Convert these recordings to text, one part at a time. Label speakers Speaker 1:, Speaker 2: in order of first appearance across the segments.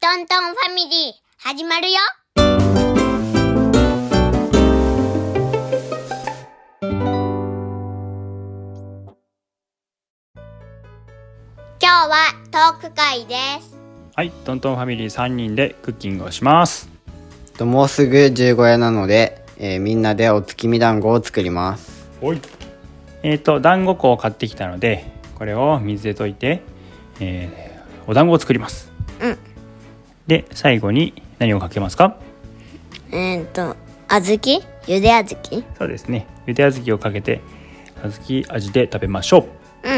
Speaker 1: トントンファミリー、始まるよ今日はトーク会です。
Speaker 2: はい、トントンファミリー3人でクッキングをします。
Speaker 3: ともうすぐ15夜なので、えーみんなでお月見団子を作ります
Speaker 2: おい。えっ、と、団子粉を買ってきたので、これを水で溶いて、えーお団子を作ります。
Speaker 1: うん。
Speaker 2: で、最後に何をかけますか
Speaker 1: えっと、あずきゆであずき
Speaker 2: そうですね。ゆで小豆をかけて、小豆味で食べましょ
Speaker 1: うん。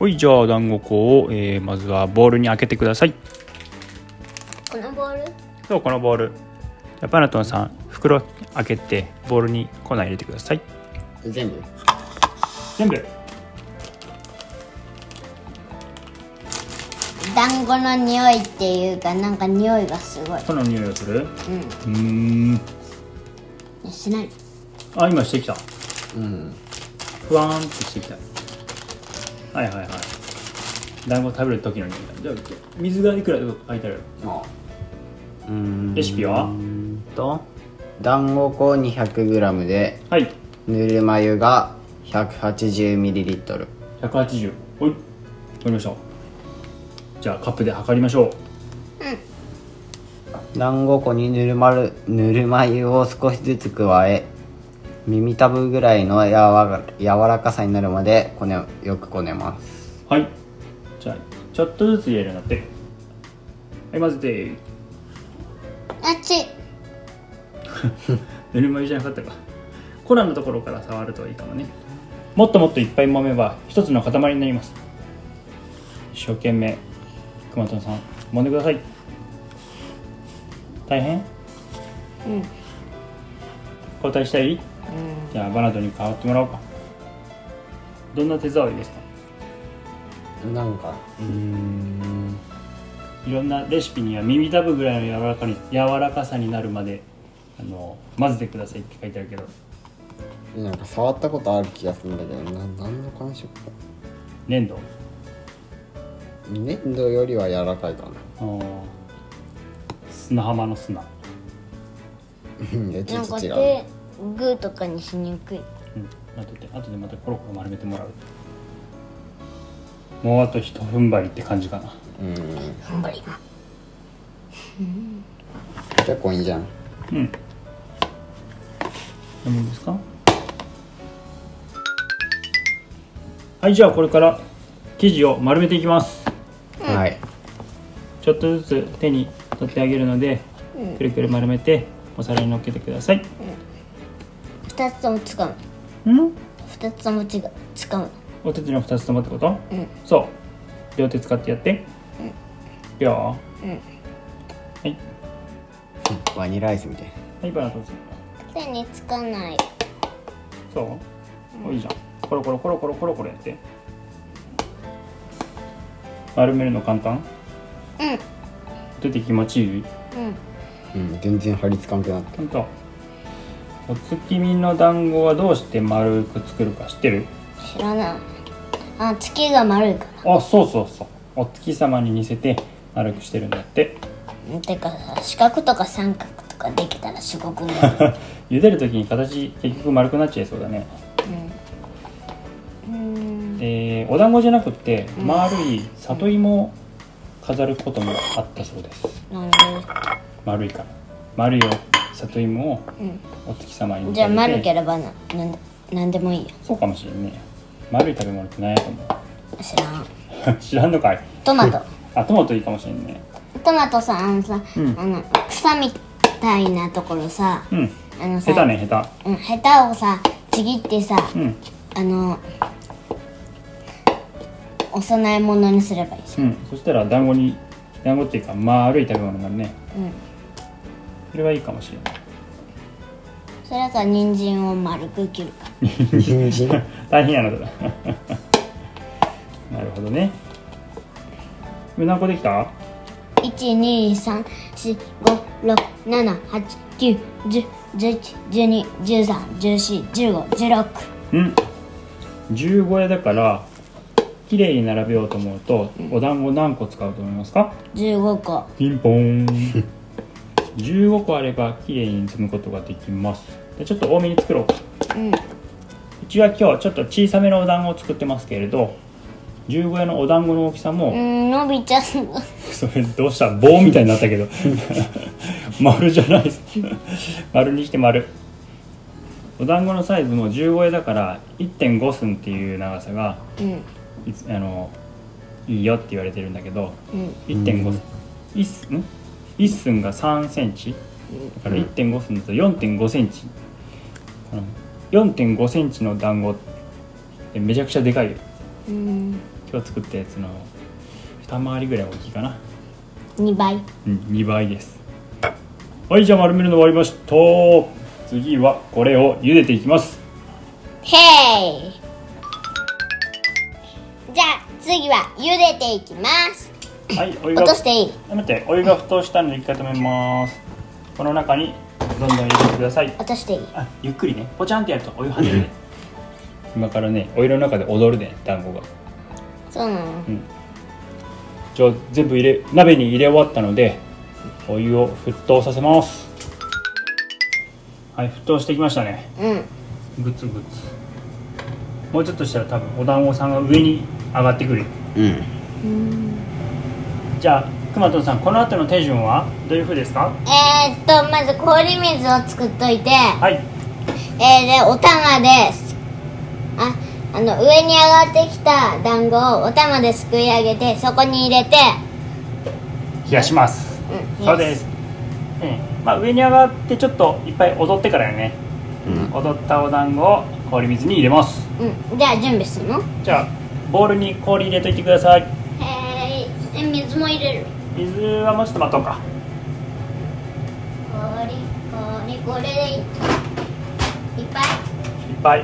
Speaker 2: う。はい、じゃあ団子粉を、えーまずはボウルに開けてください。
Speaker 1: このボール
Speaker 2: そう、このボウル。じゃあパナトンさん、袋開けて、ボウルに粉入れてください。
Speaker 3: 全部
Speaker 2: 全部。
Speaker 1: 団子の匂いっていうか、なんか匂いがすごい。
Speaker 2: 粉の匂いがする
Speaker 1: うん。
Speaker 2: うん。
Speaker 1: しない。
Speaker 2: あ、今してきた。
Speaker 3: うん
Speaker 2: ふわーんってしてきたはいはいはい団子食べる時の匂いだじゃあ水がいくらとか書いてある
Speaker 3: まあうーん
Speaker 2: レシピは
Speaker 3: と団子粉 200g で
Speaker 2: はい
Speaker 3: ぬるま湯が 180ml
Speaker 2: 180はいわかりましたじゃあカップで測りましょ
Speaker 3: 団子粉にぬるまるぬるま湯を少しずつ加え耳たぶぐらいのやわ柔らかさになるまでこねよくこねます
Speaker 2: うはいじゃあちょっとずつ入れるようになってはい混ぜて
Speaker 1: あっち。
Speaker 2: ぬるま湯じゃなかったかコラのところから触るといいかもねもっともっといっぱい揉めば一つの塊になります一生懸命熊本さん揉んでください大変うん交代したい、じゃあバナドに代わってもらおうかどんな手触りですか
Speaker 3: なんかうん
Speaker 2: いろんなレシピには耳たぶぐらいの柔らかに柔らかさになるまであの混ぜてくださいって書いてあるけど
Speaker 3: なんか触ったことある気がするんだけどな何の感触か
Speaker 2: 粘土
Speaker 3: 粘土よりは柔らかいかな
Speaker 2: 砂浜の砂、
Speaker 3: うんいやち
Speaker 1: な
Speaker 3: ょ
Speaker 1: ん
Speaker 3: っ
Speaker 1: か
Speaker 3: と違う
Speaker 1: 手グーとかにしにくい
Speaker 2: うん、待ってて後でまたコロコロ丸めてもらうもうあと一踏ん張りって感じかな
Speaker 3: うん
Speaker 1: 頑張りが
Speaker 3: 結構いいじゃん
Speaker 2: うん何んですかはいじゃあこれから生地を丸めていきます
Speaker 3: はい
Speaker 2: ちょっとずつ手に取ってあげるのでくるくる丸めてお皿に乗っけてください
Speaker 1: 2つともつかむ
Speaker 2: うん
Speaker 1: 2つとも違うつかむ
Speaker 2: お手手の2つともってこと、
Speaker 1: うん
Speaker 2: そう両手使ってやって、いくよ
Speaker 1: うん
Speaker 2: はい
Speaker 3: バニラアイスみたい
Speaker 2: はいバランスをつけて
Speaker 1: 手につかない
Speaker 2: そう、おいいじゃんコロコロコロコロコロコロやって丸めるの簡単
Speaker 1: うん
Speaker 2: 出て気持ちいい
Speaker 1: うん
Speaker 3: うん全然張り付かんくなった
Speaker 2: 本当お月見の団子はどうして丸く作るか知ってる
Speaker 1: 知らないあ月が丸いか
Speaker 2: あそうそうそうお月様に似せて丸くしてるんだって
Speaker 1: らてかさ四角とか三角とかできたらすごくいい
Speaker 2: 茹でる時に形結局丸くなっちゃいそうだね
Speaker 1: うん
Speaker 2: えーお団子じゃなくって丸い里芋を飾ることもあったそうです
Speaker 1: なん
Speaker 2: 丸いから丸いよ里芋をお月様に
Speaker 1: で
Speaker 2: 見
Speaker 1: じゃあ
Speaker 2: 立てて
Speaker 1: 丸ければななんでなんでもいいよ
Speaker 2: そうかもしれんね丸い食べ物って何やと思
Speaker 1: 知らん
Speaker 2: う 知らんのかい
Speaker 1: トマト
Speaker 2: あトマトいいかもしれんね
Speaker 1: トマトさあのさ、
Speaker 2: うん
Speaker 1: あの草みたいなところさ
Speaker 2: うん
Speaker 1: あのさ
Speaker 2: 下手ね下
Speaker 1: うん、ヘタをさちぎってさ
Speaker 2: 手うん
Speaker 1: あのお供え物にすればいいじ
Speaker 2: うんそしたら団子に団子っていうか丸い食べ物になるね
Speaker 1: ゃん、うん、
Speaker 2: それはいいかもしれない
Speaker 1: それから人参を丸く切るか
Speaker 3: 人参
Speaker 2: 大変やなそれ なるほどねうなこできた12345678910111213141516うん十五夜だから生きれいに並べようと思うとお団子何個使うと思いますか
Speaker 1: 15個
Speaker 2: ピンポー ン15個あればきれいに積むことができますでちょっと多めに作ろうか
Speaker 1: うん
Speaker 2: うちは今日ちょっと小さめのお団子を作ってますけれど15円のお団子の大きさも、
Speaker 1: うんのびちゃんが
Speaker 2: それどうした棒みたいになったけど丸じゃないです丸にして丸お団子のサイズも15円だから1.5寸っていう長さが
Speaker 1: うん
Speaker 2: いつあのいいよって言われてるんだけど
Speaker 1: うん
Speaker 2: 1.5寸一寸ん一寸が3センチだから1.5寸だと4.5センチこの4.5センチの団子ってめちゃくちゃでかいよ
Speaker 1: うん
Speaker 2: 今日作ったやつの2回りぐらい大きいかな
Speaker 1: 2倍
Speaker 2: うん、2倍ですはいじゃあ丸めるの終わりました次はこれを茹でていきます
Speaker 1: へいじゃあ次は茹でていきます
Speaker 2: はいお湯
Speaker 1: 落
Speaker 2: が
Speaker 1: としていい
Speaker 2: やめてお湯が沸騰したので一回止めますこの中にどんどん入れてください
Speaker 1: 落としていい
Speaker 2: あゆっくりねポチャンってやるとお湯跳ねるね今からねお湯の中で踊るね団子が
Speaker 1: そうなの
Speaker 2: じゃあ全部入れ鍋に入れ終わったのでお湯を沸騰させますはい沸騰してきましたね
Speaker 1: うん
Speaker 2: グツグツもうちょっとしたら多分お団子さんが上に上がってくるよ
Speaker 3: うん
Speaker 2: じゃあくまとんさんこの後の手順はどういうふうですか
Speaker 1: えー、っとまず氷水を作っといて
Speaker 2: はい
Speaker 1: えー、でお玉ですああの上に上がってきた団子をお玉ですくい上げてそこに入れて
Speaker 2: 冷やします
Speaker 1: うん
Speaker 2: そうです、ええまあ、上に上がってちょっといっぱい踊ってからよね、踊ったお団子を氷水に入れます
Speaker 1: うんじゃあ準備するのは
Speaker 2: じゃあボウルに氷入れといてください
Speaker 1: いえ水も入れる
Speaker 2: 水はもうちょっと待とうか
Speaker 1: 氷氷これでいいいっぱい
Speaker 2: いっぱい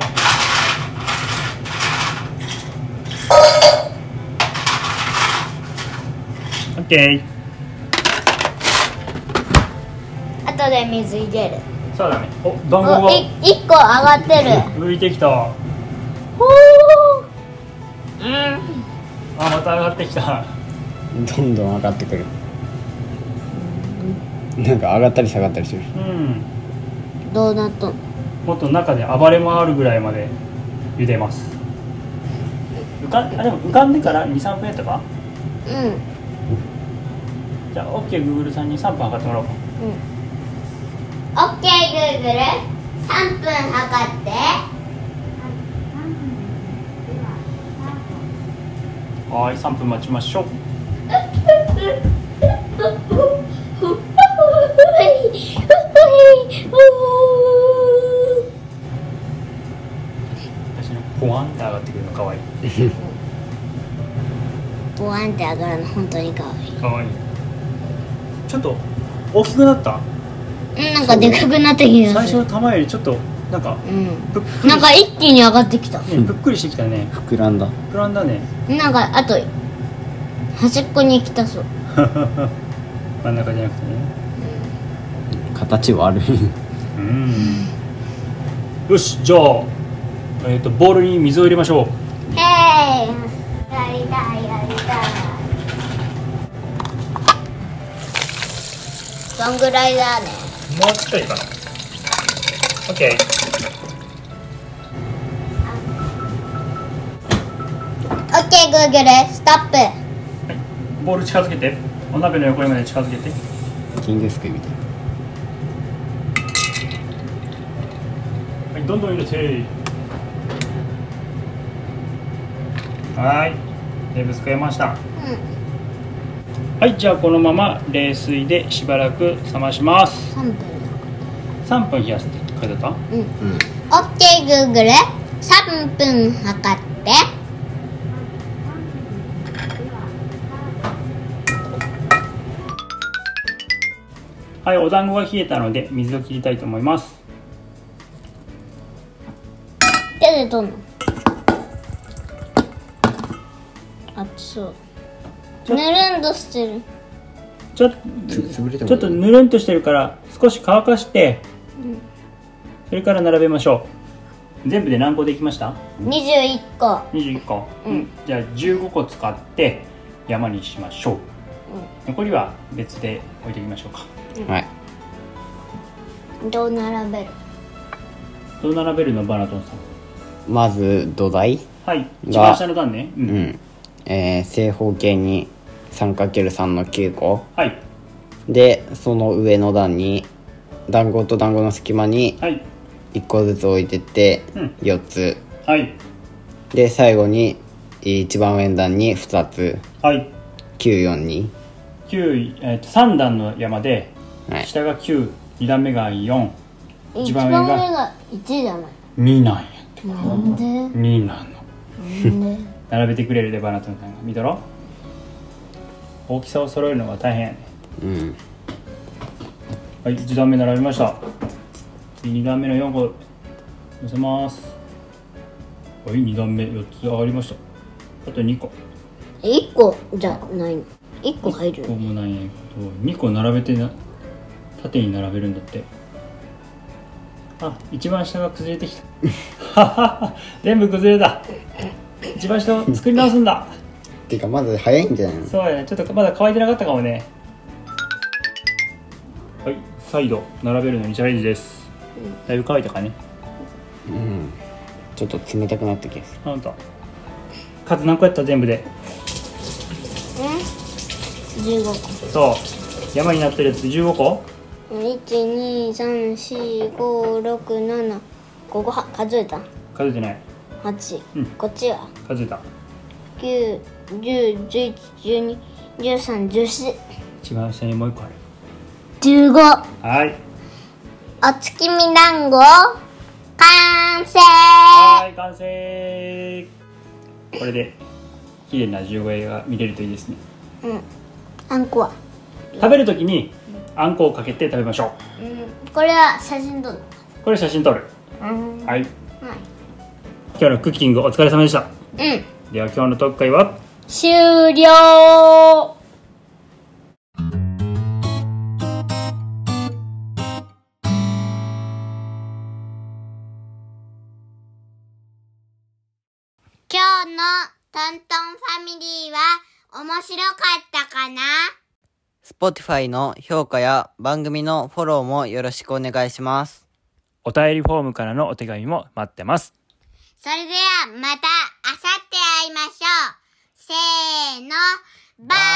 Speaker 2: オッケ
Speaker 1: あとで水入れる
Speaker 2: ーそうだねお団子
Speaker 1: お
Speaker 2: が
Speaker 1: い一個上がってる
Speaker 2: 浮いてきた
Speaker 1: ほーうん
Speaker 2: あまた上がってきた
Speaker 3: どんどん上がってくるなんか上がったり下がったりしてる
Speaker 2: うん
Speaker 1: どうなったの
Speaker 2: もっと中で暴れ回るぐらいまで茹でます浮かんあでも浮かんでから23分やったか
Speaker 1: う
Speaker 2: じゃあ OKGoogle さんに3分測ってもらおうか
Speaker 1: んうんオッケーグーグル3分測って
Speaker 2: はーい3分待ちましょう私のポワンって上がってくるのかわいい
Speaker 1: ボワンって上がるの本当に可愛い
Speaker 2: かわいいちょっと大きくなっ
Speaker 1: う
Speaker 2: た
Speaker 1: んなんかでかくなってき
Speaker 2: 最
Speaker 1: た
Speaker 2: 初の玉よりちょっとなんか
Speaker 1: うん
Speaker 2: ぷっくり
Speaker 1: なんか一気に上がってきた
Speaker 2: ねぷっくりしてきたね
Speaker 3: 膨らんだ
Speaker 2: 膨らんだね
Speaker 1: なんかあと端っこに来たそう
Speaker 2: 真ん中じゃなくてね
Speaker 3: 形悪い
Speaker 2: うんよしじゃあ、えー、とボウルに水を入れましょう
Speaker 1: へいやりたいやりたいどんぐらいだね
Speaker 2: もうちょっといいかな OK
Speaker 1: オッケーグーグルストップ
Speaker 2: ボウル近づけてお鍋の横にまで近づけて
Speaker 3: 金魚すくいみたい
Speaker 2: はいどんどん入れてはーい全部使いました
Speaker 1: う
Speaker 2: はいじゃあこのまま冷水でしばらく冷まします
Speaker 1: ん3分
Speaker 2: 3分冷やすって書いてあった
Speaker 3: うん
Speaker 1: オッケーグーグル3分測って
Speaker 2: はいお団子が冷えたので水を切りたいと思います
Speaker 1: 手で取んの熱そうぬるんとしてる
Speaker 2: ちょっと
Speaker 3: 潰れてもいい
Speaker 2: ちょっとぬるんとしてるから少し乾かして、それから並べましょう全部で何個できました
Speaker 1: 21個
Speaker 2: ?21 個、
Speaker 1: うん
Speaker 2: じゃあ15個使って山にしましょう、残りは別で置いていきましょうか
Speaker 3: はい
Speaker 1: どう並べる
Speaker 2: どう並べるのバナトンさん
Speaker 3: まず土台
Speaker 2: はい一番下の段ねう、
Speaker 3: うんん、えー正方形に 3×3 の9個
Speaker 2: はい
Speaker 3: でその上の段に団子と団子の隙間に
Speaker 2: はい
Speaker 3: 1個ずつ置いてって
Speaker 2: うん
Speaker 3: 4つ
Speaker 2: はい
Speaker 3: で最後にえー一番上の段に2つ
Speaker 2: はい
Speaker 3: 942
Speaker 2: 9位、えーと、3段の山で
Speaker 3: はい
Speaker 2: 下が92段目が4一
Speaker 1: 一
Speaker 2: 番
Speaker 1: 番
Speaker 2: 上が
Speaker 1: 上が1じゃない
Speaker 2: 2なんやって
Speaker 1: なんで
Speaker 2: 2なんの
Speaker 1: なんで
Speaker 2: 並べてくれるでバナトンさんが見とろ大きさを揃えるのが大変やね
Speaker 3: うん
Speaker 2: はい1段目並びました2段目の4個乗せますはい2段目4つ上がりましたあと2個
Speaker 1: 1個じゃないの1個入る
Speaker 2: ここもないんやけど2個並べてな縦に並べるんだってあ一番下が崩れてきた ははは全部崩れた一番下を作り直すんだ
Speaker 3: てかまず早いんじゃないの
Speaker 2: そうやねちょっとまだ乾いてなかったかもねはい再度並べるのにチャレンジですだいぶ乾いたかね
Speaker 3: うんちょっと冷たくなった気がする
Speaker 2: あんた数何個やった全部で
Speaker 1: 15個
Speaker 2: そう山になってるやつ15個
Speaker 1: 1234567ここは数えた
Speaker 2: 数えてない
Speaker 1: 8、
Speaker 2: うん
Speaker 1: こっちは
Speaker 2: 数えた
Speaker 1: 9 1 0 1 1 1 2 1 3 1 4
Speaker 2: 一番下にもう1個ある
Speaker 1: 1 5
Speaker 2: はい
Speaker 1: お月見団子完成
Speaker 2: はい完成これで綺麗な十五絵が見れるといいですね
Speaker 1: うんあんこは、
Speaker 2: 食べるときにあんこをかけて食べましょ
Speaker 1: うん、これは写真撮る
Speaker 2: うこれ写真撮る
Speaker 1: うん
Speaker 2: は
Speaker 1: は
Speaker 2: い
Speaker 1: い
Speaker 2: 今日のクッキングお疲れ様でした
Speaker 1: うん
Speaker 2: では今日の特会は
Speaker 1: 終了今日のトントンファミリーは面白かったかな
Speaker 3: Spotify の評価や番組のフォローもよろしくお願いします
Speaker 2: お便りフォームからのお手紙も待ってます
Speaker 1: それではまたあさって会いましょう。せーの、バイバイ